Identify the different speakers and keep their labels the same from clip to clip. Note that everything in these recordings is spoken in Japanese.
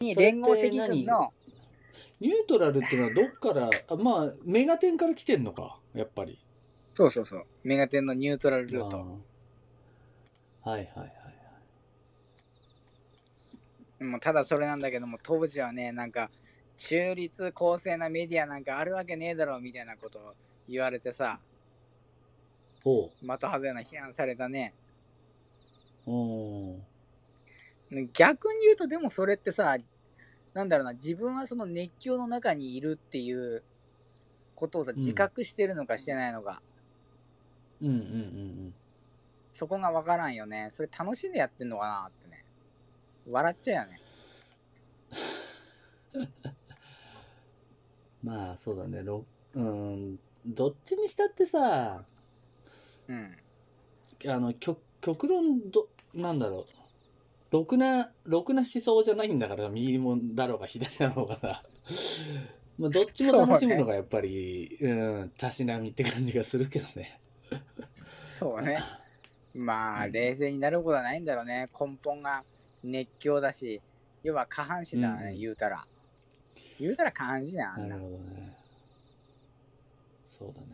Speaker 1: に
Speaker 2: それって
Speaker 1: 連合赤軍の
Speaker 2: ニュートラルっていうのはどっから、あまあ、メガテンから来てんのか、やっぱり。
Speaker 1: そうそうそうメガテンのニュートラルルート
Speaker 2: あーはいはいはい。
Speaker 1: もうただそれなんだけども当時はねなんか中立公正なメディアなんかあるわけねえだろうみたいなことを言われてさ
Speaker 2: おう。
Speaker 1: 的外れな批判されたね
Speaker 2: おー
Speaker 1: 逆に言うとでもそれってさなんだろうな自分はその熱狂の中にいるっていうことをさ
Speaker 2: うん
Speaker 1: 自覚してるのかしてないのか、
Speaker 2: うんうんうん
Speaker 1: そこが分からんよねそれ楽しんでやってんのかなってね笑っちゃうよね
Speaker 2: うん。まあ、そうだね。ろうん、どっちにしたってさ、
Speaker 1: うん
Speaker 2: あの、極極論ど、なんだろう。ろくな、ろくな思想じゃないんだから、右もだろうが左だろうがさ。まあ、どっちも楽しむのがやっぱり、うん、たしなみって感じがするけどね。
Speaker 1: そうねまあ冷静になることはないんだろうね根本が熱狂だし要は下半身だね、
Speaker 2: うん
Speaker 1: 言うたら言うたら下半身やんあ
Speaker 2: なん
Speaker 1: な
Speaker 2: るほどね。そうだね。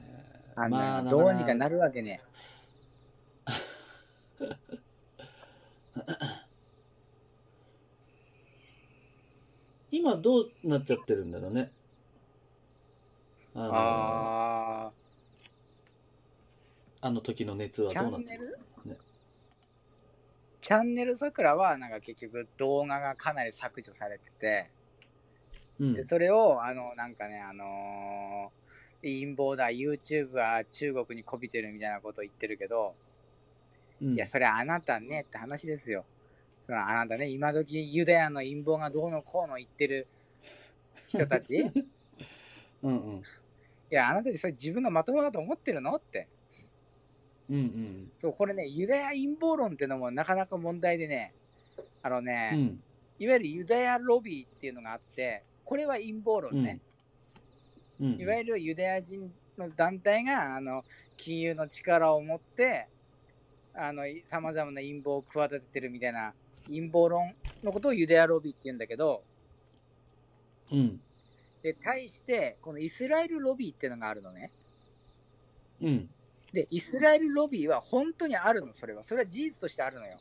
Speaker 1: あんな、
Speaker 2: まあ、
Speaker 1: どうにかな
Speaker 2: る。
Speaker 1: るわけね
Speaker 2: 今どうなっちゃってるんだろうね。あの
Speaker 1: あ
Speaker 2: あの時の熱は
Speaker 1: あチャ
Speaker 2: どうなっ
Speaker 1: ン
Speaker 2: て
Speaker 1: ネ
Speaker 2: るん
Speaker 1: ル
Speaker 2: ですかね。
Speaker 1: チャンネル桜はなんか結局動画がかなり削除されてて、
Speaker 2: うん
Speaker 1: でそれをあのなんかねあのー陰謀だ YouTube は中国にこびてるみたいなことを言ってるけど、
Speaker 2: うん
Speaker 1: いやそれあなたねって話ですよそのあなたね今時ユダヤの陰謀がどうのこうの言ってる人た ちい
Speaker 2: うんうん。
Speaker 1: やあなたってそれ自分がまともだと思ってるのって
Speaker 2: うんうん。
Speaker 1: そうこれねユダヤ陰謀論ってのもなかなか問題でねあのね、
Speaker 2: うん。
Speaker 1: いわゆるユダヤロビーっていうのがあって、これは陰謀論ね。
Speaker 2: うん。うん
Speaker 1: いわゆるユダヤ人の団体が、あの、金融の力を持って、あの、さまざまな陰謀を企ててるみたいな陰謀論のことをユダヤロビーって言うんだけど、
Speaker 2: うん。
Speaker 1: で、対して、このイスラエルロビーっていうのがあるのね。
Speaker 2: うん。
Speaker 1: で、イスラエルロビーは本当にあるの、それは。それは事実としてあるのよ。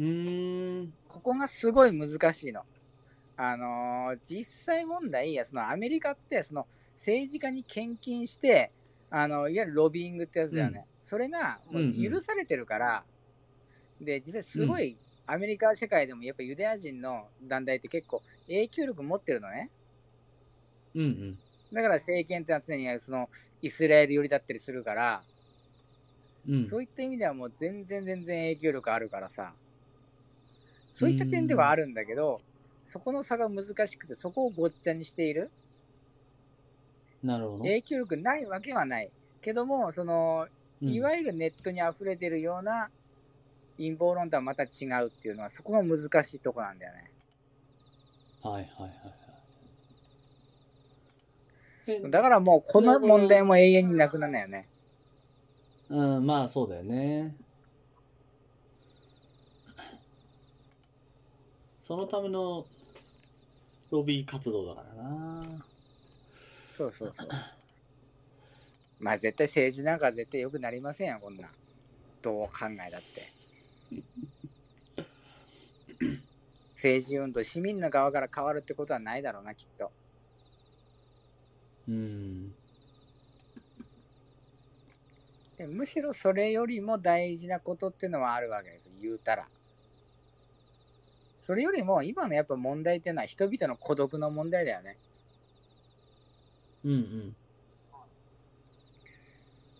Speaker 2: うーん。
Speaker 1: ここがすごい難しいの。あのー実際問題や、そのアメリカって、その政治家に献金して、あのいわゆるロビーイングってやつだよね。それがもう許されてるから、で、実際すごい、アメリカ社会でもやっぱユダヤ人の団体って結構影響力持ってるのね。
Speaker 2: うんうん。
Speaker 1: だから政権ってのは常にそのイスラエル寄りだったりするから、
Speaker 2: うん。
Speaker 1: そういった意味ではもう全然全然影響力あるからさ、そういった点ではあるんだけど、そこの差が難しくて、そこをごっちゃにしている。
Speaker 2: なるほど。
Speaker 1: 影響力ないわけはない。けども、その、いわ
Speaker 2: ゆ
Speaker 1: ゆるネットに溢れてるような陰謀論とはまた違うっていうのは、そこが難しいとこなんだよね。
Speaker 2: る。はいはいはいはい。え
Speaker 1: だからもう、この問題も永遠になくならないよね。
Speaker 2: うん、まあそうだよね。そのためのロビー活動だからな。
Speaker 1: そうそうそう。 まあ、絶対政治なんか絶対良くなりませんよ、こんなん。どう考えだって。 政治運動、市民の側から変わるってことはないだろうな、きっと。
Speaker 2: うん。
Speaker 1: でむしろそれよりも大事なことっていうのはあるわけです、言うたら。それよりも、今のやっぱ問題っていうのは人々の孤独の問題だよね。
Speaker 2: うんうん。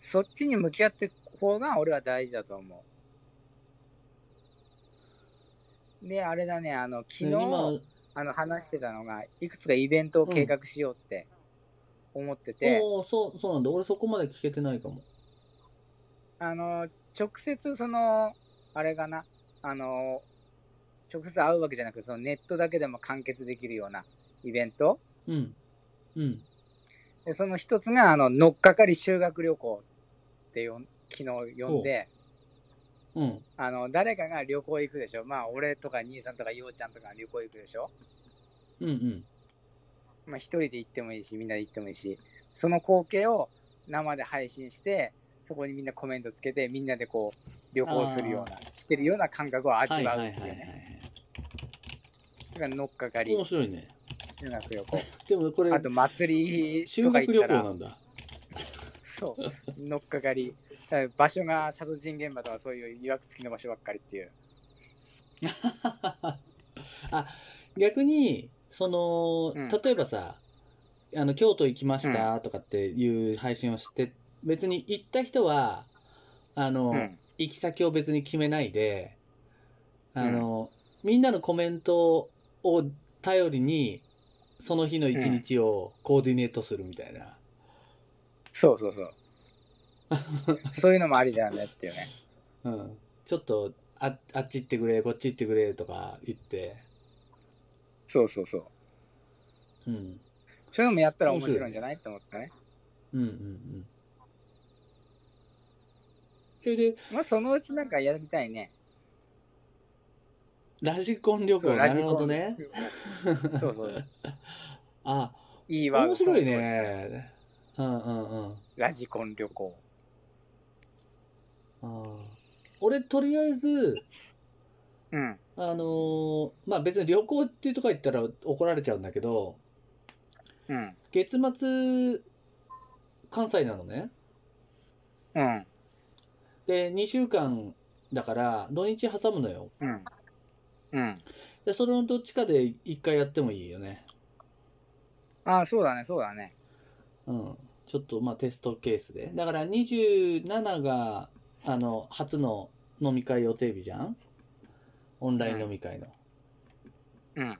Speaker 1: そっちに向き合っていく方が俺は大事だと思う。で、あれだね、あの、昨日、
Speaker 2: 今、
Speaker 1: あの、話してたのが、いくつかイベントを計画しようって思ってて、
Speaker 2: おーそう、そうなんだ。俺そこまで聞けてないかも。
Speaker 1: あの、直接その、あれかな、あの、直接会うわけじゃなくて、そのネットだけでも完結できるようなイベント。
Speaker 2: うん。うん。
Speaker 1: でその一つが、あの、乗っかかり修学旅行ってよん昨日呼んで、
Speaker 2: うん。
Speaker 1: あの、誰かが旅行行くでしょ。まあ、俺とか兄さんとかようちゃんとかが旅行行くでしょ。
Speaker 2: うんうん。
Speaker 1: まあ、一人で行ってもいいし、みんなで行ってもいいし、その光景を生で配信して、そこにみんなコメントつけて、みんなでこう、旅行するような、してるような感覚を味
Speaker 2: はい
Speaker 1: わ
Speaker 2: は
Speaker 1: う
Speaker 2: い
Speaker 1: って
Speaker 2: はいいう
Speaker 1: ね。
Speaker 2: はいは
Speaker 1: だから乗っかか
Speaker 2: い。
Speaker 1: り、
Speaker 2: 面白いね。
Speaker 1: 修学旅行。
Speaker 2: でもこれ
Speaker 1: あ、と祭り
Speaker 2: 修
Speaker 1: とか
Speaker 2: 学旅
Speaker 1: 行っ
Speaker 2: 行
Speaker 1: た
Speaker 2: な
Speaker 1: ら、
Speaker 2: んだ。
Speaker 1: そう、乗っかかり。だから場所が殺人現場とかそういう誘惑付きの場所ばっかりっていう。
Speaker 2: あ逆にその、
Speaker 1: うん
Speaker 2: 例えばさあの京都行きましたとかっていう配信をして、別に行った人はあの、
Speaker 1: うん。
Speaker 2: 行き先を別に決めないであの、みんなのコメントを頼りにその日の一日をコーディネートするみたいな、
Speaker 1: そうそう そう。そういうのもありだよねっていうね。
Speaker 2: うんちょっとああっち行ってくれこっち行ってくれとか言って、
Speaker 1: そうそうそう。
Speaker 2: うん、
Speaker 1: そういうのもやったら面白いんじゃないと思ったね。
Speaker 2: うんうんうんそれで
Speaker 1: まあ、そのうちなんかやりたいね。
Speaker 2: ラジコン旅行
Speaker 1: そう
Speaker 2: なるほどね。
Speaker 1: そうそう。
Speaker 2: あ
Speaker 1: いいわ。
Speaker 2: 面白い。ねうんうんうんあ
Speaker 1: ラジコン旅行。
Speaker 2: ー俺とりあえず
Speaker 1: うん。
Speaker 2: あのーまあ別に旅行っていうとこ行ったら怒られちゃうんだけど
Speaker 1: うん。
Speaker 2: 月末関西なのね
Speaker 1: うん。
Speaker 2: で2週間だから土日挟むのよ
Speaker 1: うん。うん。
Speaker 2: でそれのどっちかで1回やってもいいよね
Speaker 1: ああ、そうだね、そうだね。
Speaker 2: うん、ちょっとまあテストケースで。だから27があの初の飲み会予定日じゃんオンライン飲み会の。
Speaker 1: うん。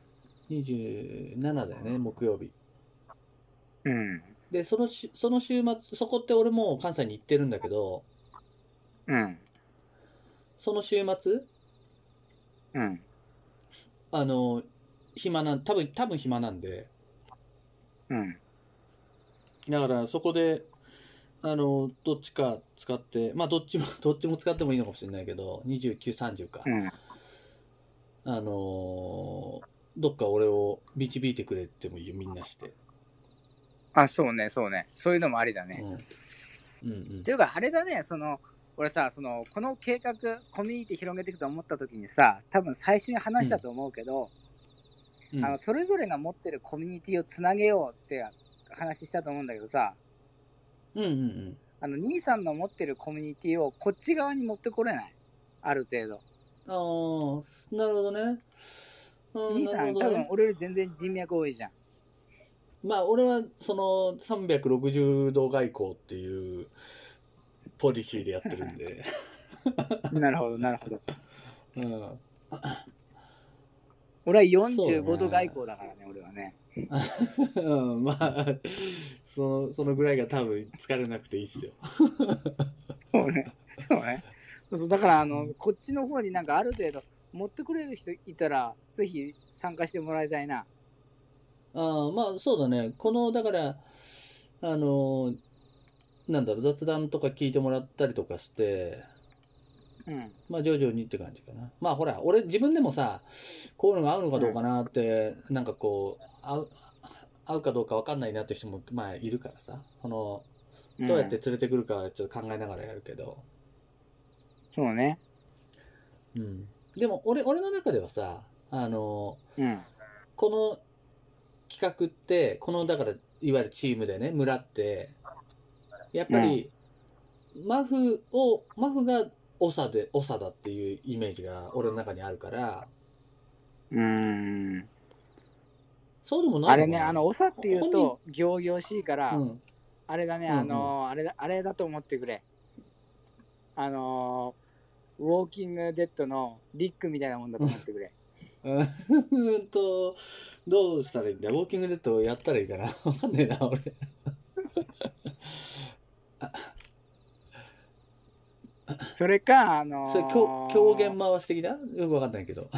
Speaker 2: 27だよね、木曜日。
Speaker 1: うん。
Speaker 2: で、そのしその週末、そこって俺もう関西に行ってるんだけど、
Speaker 1: うん。
Speaker 2: その週末、
Speaker 1: うん。
Speaker 2: あの、暇なん、多分多分暇なんで、
Speaker 1: うん。
Speaker 2: だからそこで、あの、どっちか使って、まあどっちも、 どっちも使ってもいいのかもしれないけど、29、30か。
Speaker 1: うん。
Speaker 2: あのーどっか俺を導いてくれてもいいよ、みんなして。
Speaker 1: あ、そうね、そうね。そういうのもありだ
Speaker 2: う
Speaker 1: ね。
Speaker 2: ん。うんうん
Speaker 1: っていうか、あれだね、その、俺さ、その、この計画、コミュニティ広げていくと思った時にさ、多分最初に話したと思うけど、
Speaker 2: うん
Speaker 1: あのそれぞれが持ってるコミュニティをつなげようって話したと思うんだけどさ
Speaker 2: うんうん
Speaker 1: あの兄さんの持ってるコミュニティをこっち側に持ってこれないある程度、
Speaker 2: うん。ああ、なるほどね。うん、
Speaker 1: 兄
Speaker 2: な
Speaker 1: さ
Speaker 2: る
Speaker 1: ん
Speaker 2: ほ
Speaker 1: 多
Speaker 2: ど
Speaker 1: 分
Speaker 2: ね。
Speaker 1: 俺より全然人脈多いじゃん
Speaker 2: まあ、俺は、その、360度外交っていうポリシーでやってる んで。
Speaker 1: なるほどなるほど
Speaker 2: うん。
Speaker 1: 俺は
Speaker 2: そう
Speaker 1: 45
Speaker 2: ね
Speaker 1: 度外交だからね俺はね
Speaker 2: うんまあ、その、そのぐらいが多分疲れなくていいっすよ。
Speaker 1: そうねそうねそうそうだからあの、
Speaker 2: うん
Speaker 1: こっちの方になんかある程度持ってくれる人いたらぜひ参加してもらいたいな
Speaker 2: ああ、まあそうだね。この、だから、あのーなんだろう、雑談とか聞いてもらったりとかして、
Speaker 1: うん
Speaker 2: まあ徐々にって感じかな。まあほら、俺自分でもさ、こういうのが合うのかどうかなって、なんかこう、合う、合うかどうかわかんないなって人も、まあいるからさ、その、
Speaker 1: ん
Speaker 2: どうやって連れてくるかはちょっと考えながらやるけど、
Speaker 1: そうね
Speaker 2: うん。でも俺、俺の中ではさ、あのー
Speaker 1: うん
Speaker 2: この企画って、このだから、いわゆるチームでね、村って、やっぱり、マフを、マフが長で、長だっていうイメージが俺の中にあるから、
Speaker 1: うーん
Speaker 2: そうでもな
Speaker 1: あ
Speaker 2: い
Speaker 1: れ
Speaker 2: のか
Speaker 1: ね
Speaker 2: な
Speaker 1: あの長っていうと行々しいから、
Speaker 2: うん、
Speaker 1: あれだね、
Speaker 2: うんうん
Speaker 1: あのーあれだ、あれだと思ってくれ。あのーウォーキングデッドのリックみたいなもんだと思ってくれ。
Speaker 2: うーんと、どうしたらいいんだウォーキングデッドやったらいいかなわかんねえな、俺。
Speaker 1: それか、あのー
Speaker 2: それ、狂狂言回し的なよくわかんないけど。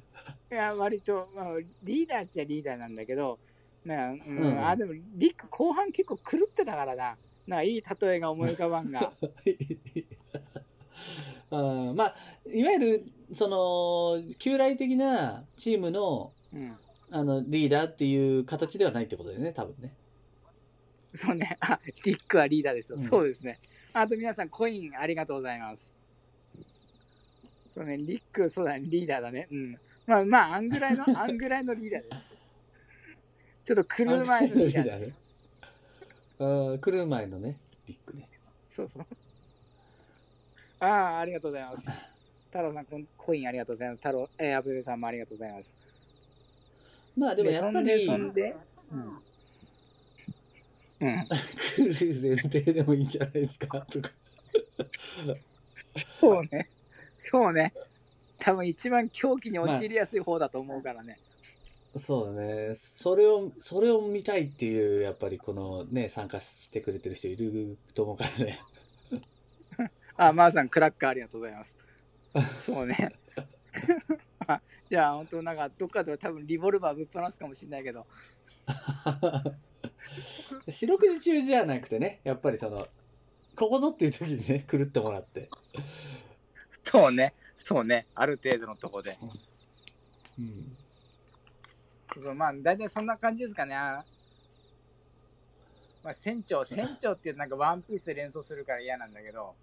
Speaker 1: いや、割と、まあ、リーダーっちゃリーダーなんだけど、なんか、うん
Speaker 2: うんうん
Speaker 1: あ、でも、リック後 半結構狂ってたからな。なんか、いい例えが思い浮かばんが。
Speaker 2: うんまあ、いわゆる、その、旧来的なチームの、
Speaker 1: うん。
Speaker 2: あの、リーダーっていう形ではないってことだよね、多分ね。
Speaker 1: そうね。あ、ティックはリーダーですよ。
Speaker 2: うん
Speaker 1: そうですね。あと皆さん、コインありがとうございます。そうね、リック、そうだね、リーダーだね。うん。まあまあ、あんぐらい の、あんぐらいのリーダーです。ちょっと来る前のリーダーです。
Speaker 2: うん、来る前のね、リックね。
Speaker 1: そうそう。ああ、ありがとうございます。太郎さん、こんコインありがとうございます。太郎、えー、アブデさんもありがとうございます。
Speaker 2: まあでもやっ
Speaker 1: そ
Speaker 2: ぱり、
Speaker 1: んで、そんでうん。うん。
Speaker 2: 来る前提でもいいんじゃないですか、とか。
Speaker 1: そうね。そうね。多分一番狂気に陥りやすい方だと思うからね。
Speaker 2: そうだね。それを、それを見たいっていう、やっぱりこのね、参加してくれてる人いると思うから ね。
Speaker 1: あ、マーさん、クラッカーありがとうございます。そうね。 あじゃあ、本当なんか、どっかで多分リボルバーぶっ放すかもしれないけど、
Speaker 2: 四六時中じゃなくてね、やっぱりその、ここぞっていう時にね、狂ってもらって。
Speaker 1: そうね、そうね、ある程度のとこで。
Speaker 2: うん。
Speaker 1: そうまあ、大体そんな感じですかね。あまあ、船長、船長ってなんかワンピースで連想するから嫌なんだけど。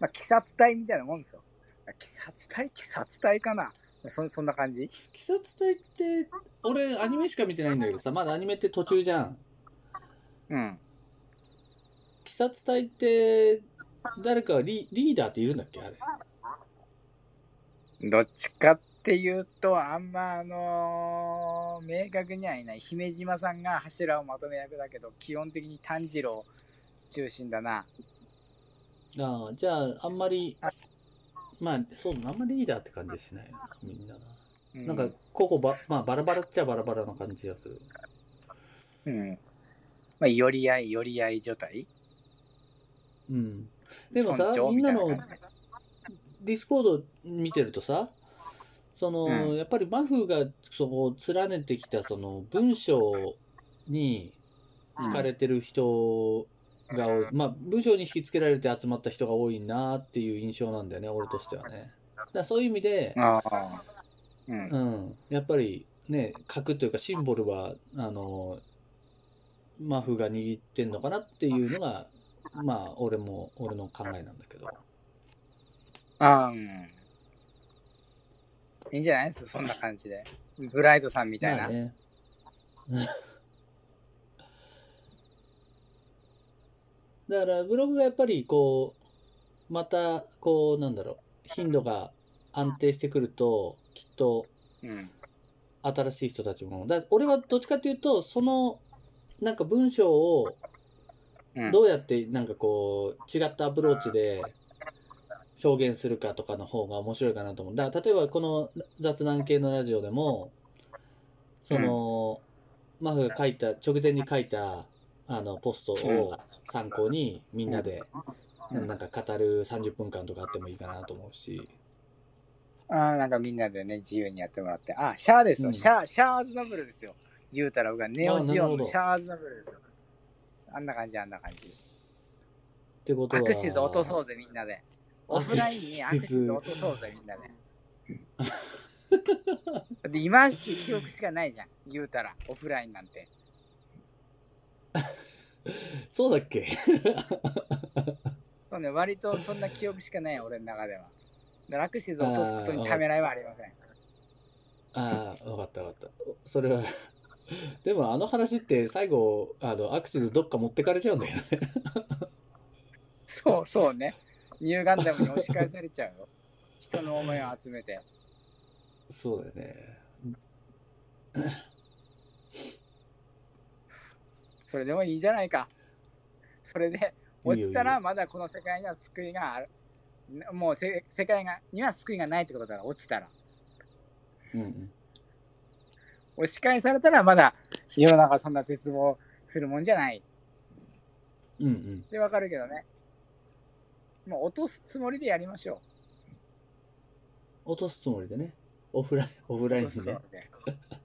Speaker 1: まあ、鬼殺隊みたいなもんですよ。あ鬼殺隊鬼殺隊かなそそんな感じ
Speaker 2: 鬼殺隊って、俺、アニメしか見てないんだけどさ、まだアニメって途中じゃん。
Speaker 1: うん。
Speaker 2: 鬼殺隊って、誰かリ、リーダーっているんだっけあれ。
Speaker 1: どっちかっていうと、あんまあのー明確にはいない。姫島さんが柱をまとめ役だけど、基本的に炭治郎中心だな。
Speaker 2: ああ、じゃあ、あんまり、まあ、そうだな、あんまりリーダーって感じはしないな、みんなな。
Speaker 1: う
Speaker 2: なんか、ここば、まあ、バラバラっちゃバラバラな感じがする。
Speaker 1: うん。まあ、寄り合い、寄り合い所帯
Speaker 2: うん。でもさ
Speaker 1: 村、長
Speaker 2: みん
Speaker 1: みた
Speaker 2: な
Speaker 1: いな
Speaker 2: の
Speaker 1: 感じ
Speaker 2: ディスコード見てるとさ、その、
Speaker 1: うん
Speaker 2: やっぱりマフが、そこ、連ねてきた、その、文章に惹かれてる人が、まあ、文章に引きつけられて集まった人が多いなっていう印象なんだよね、俺としてはね。だからそういう意味で、
Speaker 1: ああ。うん
Speaker 2: う。ん、やっぱりね、核というかシンボルは、あの、マフが握ってんのかなっていうのが、まあ、俺も、俺の考えなんだけど。
Speaker 1: ああ、うん。いいんじゃないですそんな感じで。ブライトさんみたい
Speaker 2: ま
Speaker 1: な。
Speaker 2: あね。 だから、ブログがやっぱり、こう、また、こう、なんだろう、頻度が安定してくると、きっと、
Speaker 1: うん。
Speaker 2: 新しい人たちも。だ俺はどっちかというと、その、なんか文章を、
Speaker 1: うん、
Speaker 2: どうやってなんかこう違ったアプローチで表現するかとかの方が面白いかなと思う。だから例えばこの雑談系のラジオでも、その、マフが書いた、直前に書いたあのポストを参考にみんなで
Speaker 1: うん
Speaker 2: なんか語る30分間とかあってもいいかなと思うし。
Speaker 1: ああ、なんかみんなでね、自由にやってもらって。あ、シャアですよ。
Speaker 2: うん
Speaker 1: シャア、シャアアズナブルですよ。言うたら僕はネオジオンのシャアアズナブルですよ。あんな感じ、あんな感じ。
Speaker 2: ってことは。
Speaker 1: 握手図落とそうぜ、みんなで。オフラインに握手図
Speaker 2: 握
Speaker 1: 落とそうぜ、みん なで。だって今しき記憶しかないじゃん、言うたら、オフラインなんて。
Speaker 2: そうだっけ
Speaker 1: そうね、割とそんな記憶しかない、俺の中では。だから握手図落とすことにためらいはありません。
Speaker 2: ああ、わかったわかった。それは。でもあの話って最後、あの、アクセスどっか持ってかれちゃうんだよね。
Speaker 1: そうそうね。ニューガンダムに押し返されちゃうよ。人の思いを集めて。
Speaker 2: そうだよね。
Speaker 1: それでもいいじゃないか。それで、
Speaker 2: いいよ
Speaker 1: 落ちたらまだこの世界には救いがある。もうせ世界がには救いがないってことだから、落ちたら。
Speaker 2: うんうん。
Speaker 1: 押し返されたらまだ世の中そんな絶望するもんじゃない
Speaker 2: うんうん。
Speaker 1: でわかるけどねもう落とすつもりでやりましょ
Speaker 2: 落とすつもりでね。オフライン、オフ
Speaker 1: う
Speaker 2: ライ
Speaker 1: 落と
Speaker 2: ン
Speaker 1: すつ
Speaker 2: に
Speaker 1: もり
Speaker 2: ね。
Speaker 1: で